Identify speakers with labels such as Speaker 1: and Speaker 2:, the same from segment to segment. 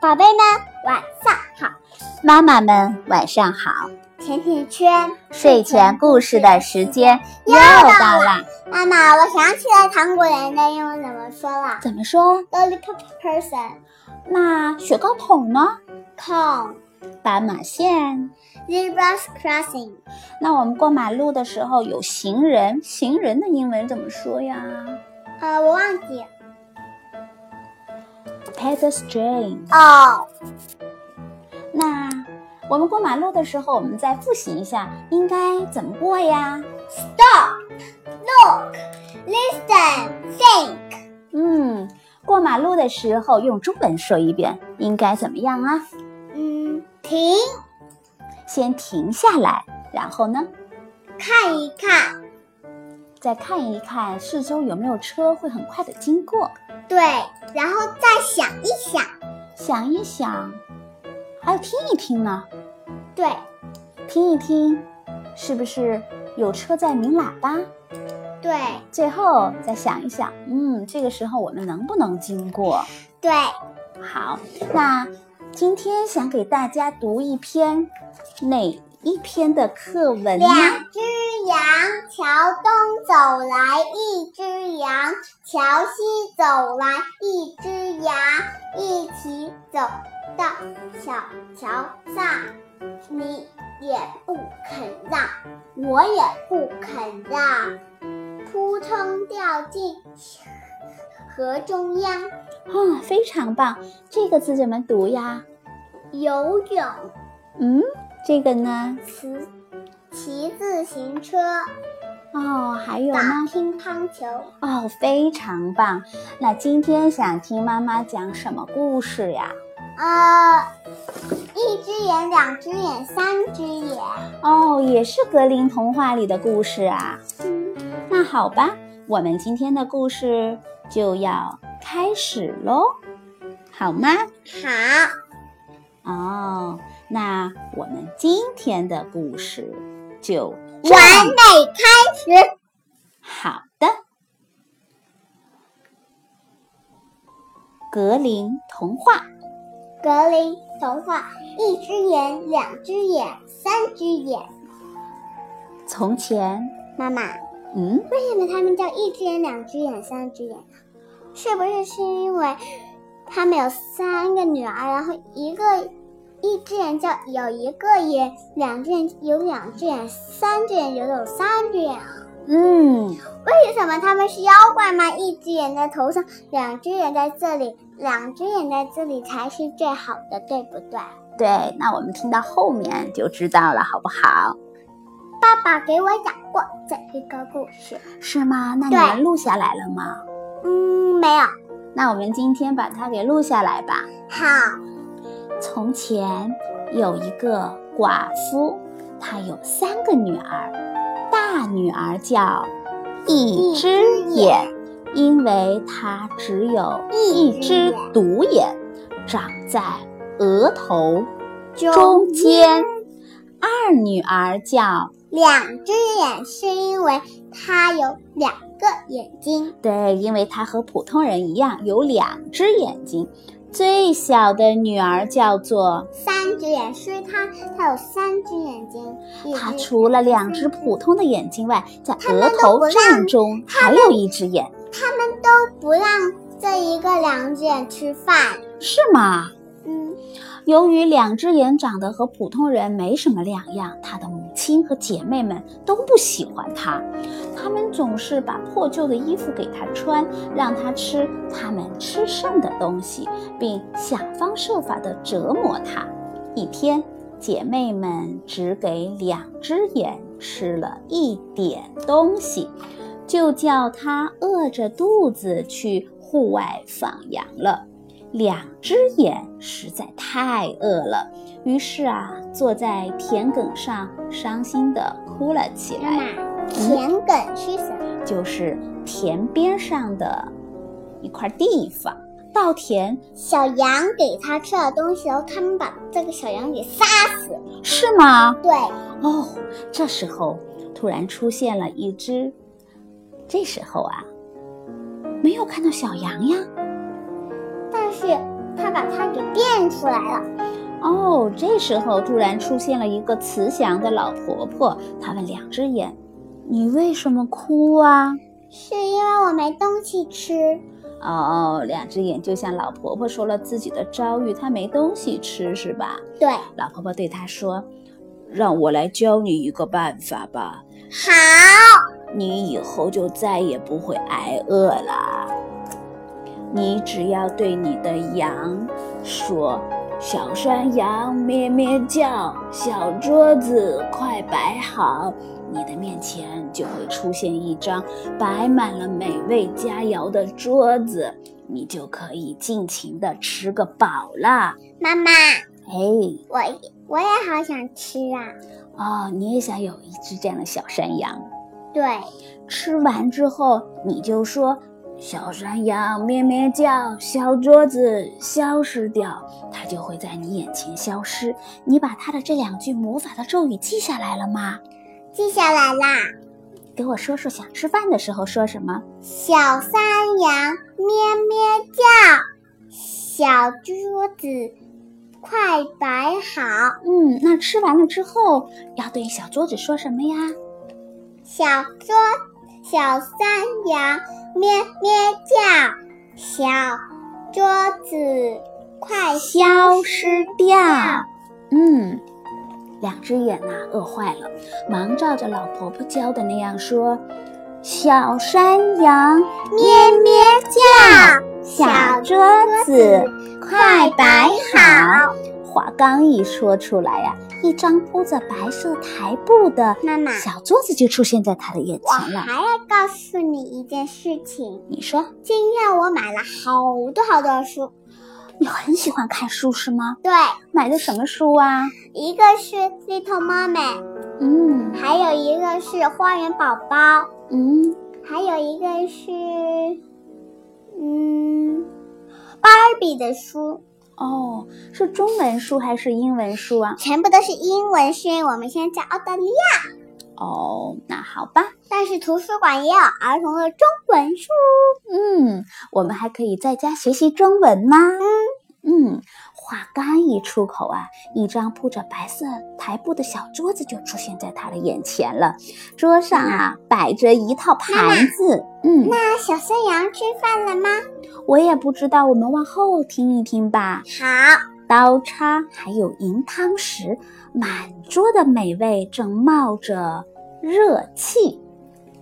Speaker 1: 宝贝们晚上好，
Speaker 2: 妈妈们晚上好，
Speaker 1: 甜甜圈
Speaker 2: 睡前故事的时间又
Speaker 1: 又
Speaker 2: 到
Speaker 1: 到
Speaker 2: 啦。
Speaker 1: 妈妈，我想起来糖果人的英文怎么说了
Speaker 2: 怎么说？
Speaker 1: ？Lollipop person
Speaker 2: 那雪糕筒呢？
Speaker 1: cone
Speaker 2: 斑马线。
Speaker 1: zebra crossing
Speaker 2: 那我们过马路的时候有行人，行人的英文怎么说呀
Speaker 1: 呃，我忘记
Speaker 2: ？Pedestrian。
Speaker 1: 哦，
Speaker 2: 那我们过马路的时候，我们再复习一下，应该怎么过呀？
Speaker 1: Stop, look, listen, think.
Speaker 2: 嗯，过马路的时候用中文说一遍，应该怎么样啊？
Speaker 1: 嗯，停，
Speaker 2: 先停下来，然后呢，
Speaker 1: 看一看。
Speaker 2: 再看一看四周有没有车会很快的经过，
Speaker 1: 对，然后再想一想。
Speaker 2: 想一想，还有听一听呢，
Speaker 1: 对，
Speaker 2: 听一听，是不是有车在鸣喇叭？
Speaker 1: 对，
Speaker 2: 最后再想一想，嗯，这个时候我们能不能经过？
Speaker 1: 对，
Speaker 2: 好，那今天想给大家读一篇哪一篇的课文呢？
Speaker 1: 两只羊桥东走来一只羊，桥西走来一只羊，一起走到小桥上，你也不肯让，我也不肯让，扑通掉进河中央，
Speaker 2: 啊、非常棒！这个字怎么读呀？
Speaker 1: 游泳、
Speaker 2: 嗯，这个呢？
Speaker 1: 骑骑自行车、
Speaker 2: 哦，还有
Speaker 1: 打
Speaker 2: 呢？
Speaker 1: 乒乓球。
Speaker 2: 哦，非常棒！那今天想听妈妈讲什么故事呀？
Speaker 1: 呃，一只眼，两只眼，三只眼。
Speaker 2: 哦，也是格林童话里的故事啊。那好吧，我们今天的故事就要开始喽，好吗？
Speaker 1: 好，
Speaker 2: 哦，那我们今天的故事就这
Speaker 1: 完美开始。
Speaker 2: 好的。格林童话，
Speaker 1: 格林童话：一只眼，两只眼，三只眼。
Speaker 2: 从前，
Speaker 1: 妈妈，
Speaker 2: 嗯，
Speaker 1: 为什么他们叫一只眼、两只眼、三只眼呢？是不是是因为他们有三个女儿，然后一个一只眼叫有一个眼，两只眼有两只眼，三只眼有有三只眼啊？
Speaker 2: 嗯，
Speaker 1: 为什么他们是妖怪吗？一只眼在头上，两只眼在这里，两只眼在这里才是最好的，对不对？
Speaker 2: 对，那我们听到后面就知道了，好不好？
Speaker 1: 爸爸给我讲过这一个故事，
Speaker 2: 是吗？那你
Speaker 1: 对
Speaker 2: 们录下来了吗？
Speaker 1: 嗯，没有。
Speaker 2: 那我们今天把它给录下来吧。
Speaker 1: 好，
Speaker 2: 从前有一个寡妇，她有三个女儿，大女儿叫一只眼，因为她只有一
Speaker 1: 一只
Speaker 2: 只
Speaker 1: 眼
Speaker 2: 独眼，长在额头
Speaker 1: 中
Speaker 2: 中间。二女儿叫
Speaker 1: 两只眼是因为它有两个眼睛。
Speaker 2: 对，因为她和普通人一样有两只眼睛。最小的女儿叫做
Speaker 1: 三只眼是它，它有三只眼睛。一
Speaker 2: 他
Speaker 1: 只
Speaker 2: 除了两只普通的眼睛外，在
Speaker 1: 他们
Speaker 2: 额头
Speaker 1: 都不
Speaker 2: 正
Speaker 1: 让
Speaker 2: 中还有一只眼，
Speaker 1: 他们都不让这一个两只眼吃饭。
Speaker 2: 是吗？
Speaker 1: 嗯，
Speaker 2: 由于两只眼长得和普通人没什么两样，他的母亲和姐妹们都不喜欢他，他们总是把破旧的衣服给他穿，让他吃他们吃剩的东西，并想方设法地折磨他。一天，姐妹们只给两只眼吃了一点东西，就叫他饿着肚子去户外放羊了。两只眼实在太饿了，于是啊，坐在田埂上伤心地哭了起
Speaker 1: 妈
Speaker 2: 来。
Speaker 1: 妈，田埂是什么？
Speaker 2: 就是田边上的一块地方，稻田
Speaker 1: 小羊给它吃了东西，然后他们把这个小羊给杀死。
Speaker 2: 是吗？
Speaker 1: 对，
Speaker 2: 哦，这时候突然出现了一只，这时候啊，没有看到小羊呀，
Speaker 1: 但是他把它给变出来了。
Speaker 2: 哦，这时候突然出现了一个慈祥的老婆婆，她问两只眼：“你为什么哭啊
Speaker 1: 是因为我没东西吃，？”
Speaker 2: 哦，两只眼就向老婆婆说了自己的遭遇，她没东西吃是吧？
Speaker 1: 对，
Speaker 2: 老婆婆对她说：“让我来教你一个办法吧，
Speaker 1: 好，
Speaker 2: 你以后就再也不会挨饿啦。你只要对你的羊说：‘小山羊咩咩叫，小桌子快摆好’，你的面前就会出现一张摆满了美味佳肴的桌子，你就可以尽情的吃个饱啦。
Speaker 1: 妈妈，
Speaker 2: 哎，
Speaker 1: 我我也好想吃啊。
Speaker 2: 哦，你也想有一只这样的小山羊？
Speaker 1: 对，
Speaker 2: 吃完之后，你就说：“小山羊咩咩叫，小桌子消失掉。”它就会在你眼前消失。你把它的这两句魔法的咒语记下来了吗？
Speaker 1: 记下来啦。
Speaker 2: 给我说说，想吃饭的时候说什么？
Speaker 1: 小山羊咩咩叫，小桌子快摆好。
Speaker 2: 嗯，那吃完了之后要对小桌子说什么呀？
Speaker 1: 小桌小山羊咩咩叫，小桌子快消失
Speaker 2: 掉。嗯，两只眼呐、饿坏了，忙照着老婆婆教的那样说：“小山羊咩咩叫，小桌子快摆好。”话刚一说出来呀、一张铺着白色台布的
Speaker 1: 妈妈，
Speaker 2: 小桌子就出现在她的眼
Speaker 1: 我
Speaker 2: 前了。
Speaker 1: 还要告诉你一件事情。
Speaker 2: 你说
Speaker 1: 今天我买了好多好多书，
Speaker 2: 你很喜欢看书是吗？
Speaker 1: 对，
Speaker 2: 买的什么书啊？
Speaker 1: 一个是《Little Mermaid》，
Speaker 2: 嗯
Speaker 1: 还有一个是《花园宝宝》，
Speaker 2: 嗯，
Speaker 1: 还有一个是嗯，芭比的书。
Speaker 2: 哦，是中文书还是英文书啊？
Speaker 1: 全部都是英文，是因为我们现在在澳大利亚，
Speaker 2: 哦，那好吧，
Speaker 1: 但是图书馆也有儿童的中文书。
Speaker 2: 嗯，我们还可以在家学习中文吗？嗯话刚一出口啊，一张铺着白色台布的小桌子就出现在他的眼前了。桌上啊摆着一套盘子，嗯，
Speaker 1: 那小山羊吃饭了吗？
Speaker 2: 我也不知道，我们往后听一听吧。
Speaker 1: 好，
Speaker 2: 刀叉还有银汤匙，满桌的美味正冒着热气。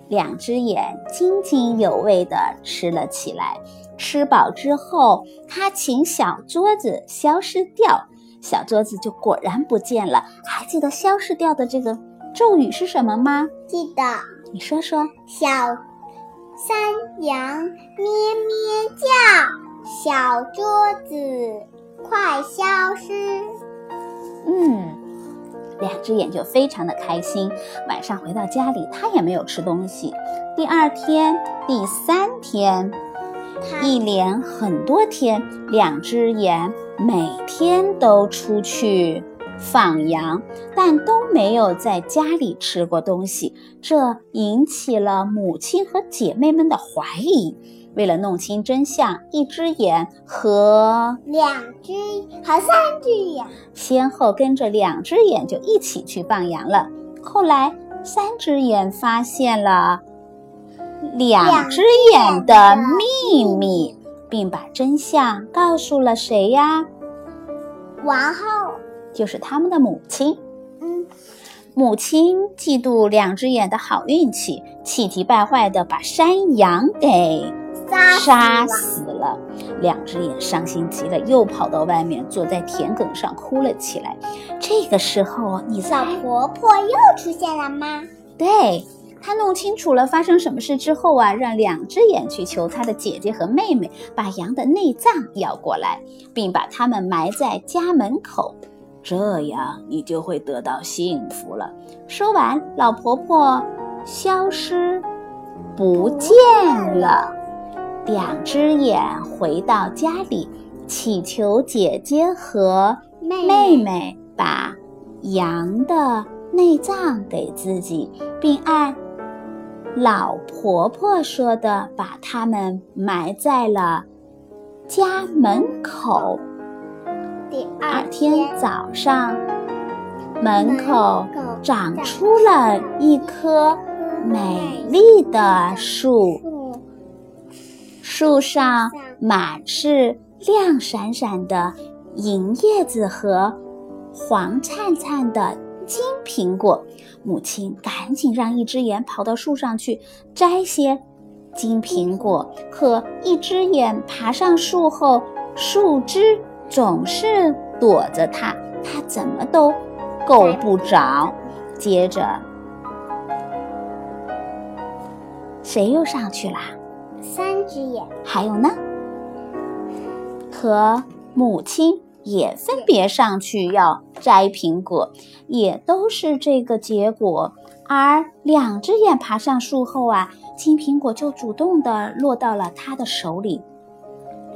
Speaker 2: 两只眼津津有味地吃了起来。吃饱之后，他请小桌子消失掉，小桌子就果然不见了。还记得消失掉的这个咒语是什么吗？
Speaker 1: 记得
Speaker 2: 你说说。
Speaker 1: 小山羊咩咩叫，小桌子快消失。
Speaker 2: 嗯，两只眼就非常的开心。晚上回到家里，它也没有吃东西。第二天、第三天，
Speaker 1: 它
Speaker 2: 一连很多天，两只眼每天都出去放羊，但都没有在家里吃过东西。这引起了母亲和姐妹们的怀疑。为了弄清真相，一只眼和
Speaker 1: 两只和三只羊，
Speaker 2: 先后跟着两只眼就一起去放羊了。后来，三只眼发现了两只眼的秘密，并把真相告诉了谁呀？
Speaker 1: 王后，
Speaker 2: 就是他们的母亲。
Speaker 1: 嗯，
Speaker 2: 母亲嫉妒两只眼的好运气，气急败坏地把山羊给
Speaker 1: 杀
Speaker 2: 杀
Speaker 1: 死了
Speaker 2: 死了。两只眼伤心极了，又跑到外面，坐在田埂上哭了起来。这个时候啊，你
Speaker 1: 老
Speaker 2: 猜，
Speaker 1: 婆婆又出现了吗？
Speaker 2: 对她弄清楚了发生什么事之后啊，让两只眼去求她的姐姐和妹妹把羊的内脏要过来，并把它们埋在家门口。这样你就会得到幸福了。说完，老婆婆消失不见了。两只眼回到家里，祈求姐姐和
Speaker 1: 妹
Speaker 2: 妹妹把羊的内脏给自己，并按老婆婆说的把它们埋在了家门口。
Speaker 1: 第
Speaker 2: 第
Speaker 1: 二
Speaker 2: 二天早上，门口
Speaker 1: 门口
Speaker 2: 长出了一棵美丽的
Speaker 1: 嗯
Speaker 2: 树，
Speaker 1: 树
Speaker 2: 树上满是亮闪闪的银叶子和黄灿灿的金苹果。母亲赶紧让一只眼跑到树上去摘些金苹果，可一只眼爬上树后，树枝总是躲着它，它怎么都够不着。接着，谁又上去啦？
Speaker 1: 三只眼，
Speaker 2: 还有呢，和母亲也分别上去要摘苹果，也都是这个结果。而两只眼爬上树后啊，金苹果就主动的落到了他的手里。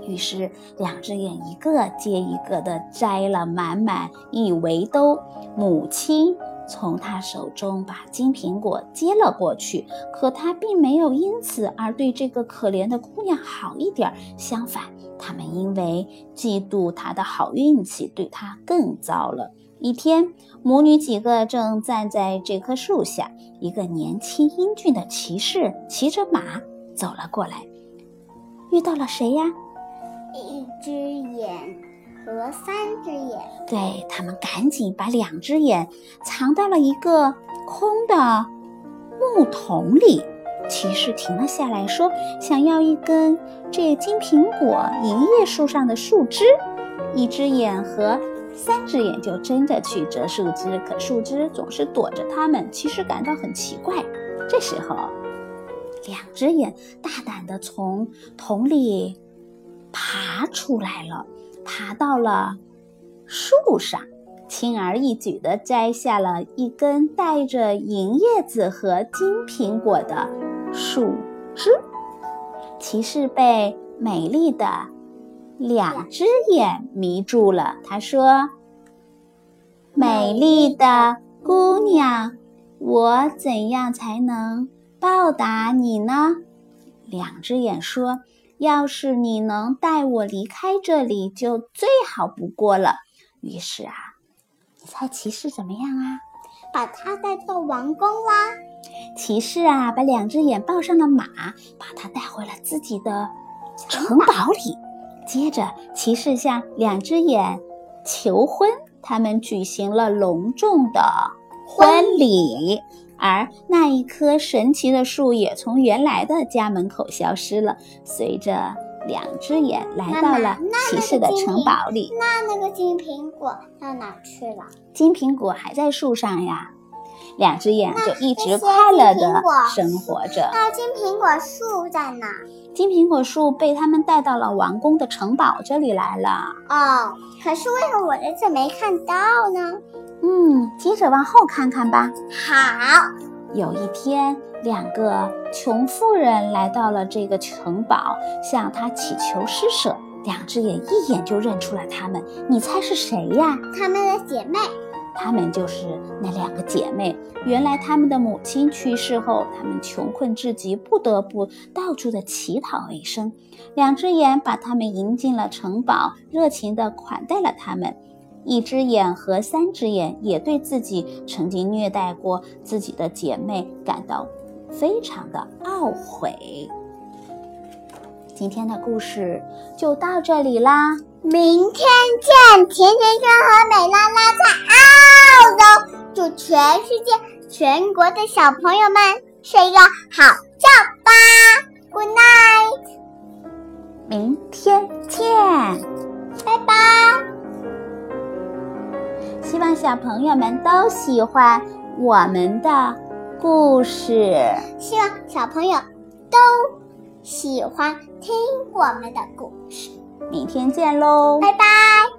Speaker 2: 于是，两只眼一个接一个的摘了满满一围兜。母亲从他手中把金苹果接了过去，可他并没有因此而对这个可怜的姑娘好一点儿，相反，他们因为嫉妒她的好运气，对她更糟了。一天，母女几个正站在这棵树下，一个年轻英俊的骑士骑着马走了过来，遇到了谁呀？
Speaker 1: 一只眼和三只眼，
Speaker 2: 对他们赶紧把两只眼藏到了一个空的木桶里。骑士停了下来，说：“想要一根这金苹果银叶树上的树枝。”一只眼和三只眼就争着去折树枝，可树枝总是躲着他们。骑士感到很奇怪。这时候，两只眼大胆地从桶里爬出来了，爬到了树上，轻而易举地摘下了一根带着银叶子和金苹果的树枝。骑士被美丽的两只眼迷住了，他说：“美丽的姑娘，我怎样才能报答你呢？”两只眼说：“要是你能带我离开这里，就最好不过了。”于是啊，你猜骑士怎么样啊？
Speaker 1: 把它带到王宫啦。
Speaker 2: 骑士啊，把两只眼抱上了马，把它带回了自己的城堡里。接着，骑士向两只眼求婚，他们举行了隆重的婚礼。而那一棵神奇的树也从原来的家门口消失了，随着两只眼来到了骑士的城堡里。
Speaker 1: 那那个金苹果到哪去了？
Speaker 2: 金苹果还在树上呀，两只眼就一直
Speaker 1: 那
Speaker 2: 快乐
Speaker 1: 那些
Speaker 2: 的
Speaker 1: 金苹果
Speaker 2: 生活着。
Speaker 1: 那金苹果树在哪？
Speaker 2: 金苹果树被他们带到了王宫的城堡这里来了。
Speaker 1: 哦，可是为什么我在这没看到呢？
Speaker 2: 嗯，接着往后看看吧。
Speaker 1: 好，
Speaker 2: 有一天，两个穷妇人来到了这个城堡，向他祈求施舍。两只眼一眼就认出了他们，你猜是谁呀？
Speaker 1: 她们的姐妹
Speaker 2: 她们就是那两个姐妹。原来她们的母亲去世后，她们穷困至极，不得不到处的乞讨为生。两只眼把她们迎进了城堡，热情地款待了她们。一只眼和三只眼也对自己曾经虐待过自己的姐妹感到非常的懊悔。今天的故事就到这里啦。
Speaker 1: 明天见，甜甜圈和美拉拉在澳洲，祝全世界全国的小朋友们睡个好觉吧，Good night，
Speaker 2: 明天见。
Speaker 1: 拜拜。
Speaker 2: 希望小朋友们都喜欢我们的故事。
Speaker 1: 希望小朋友都喜欢听我们的故事，
Speaker 2: 明天见喽，
Speaker 1: 拜拜。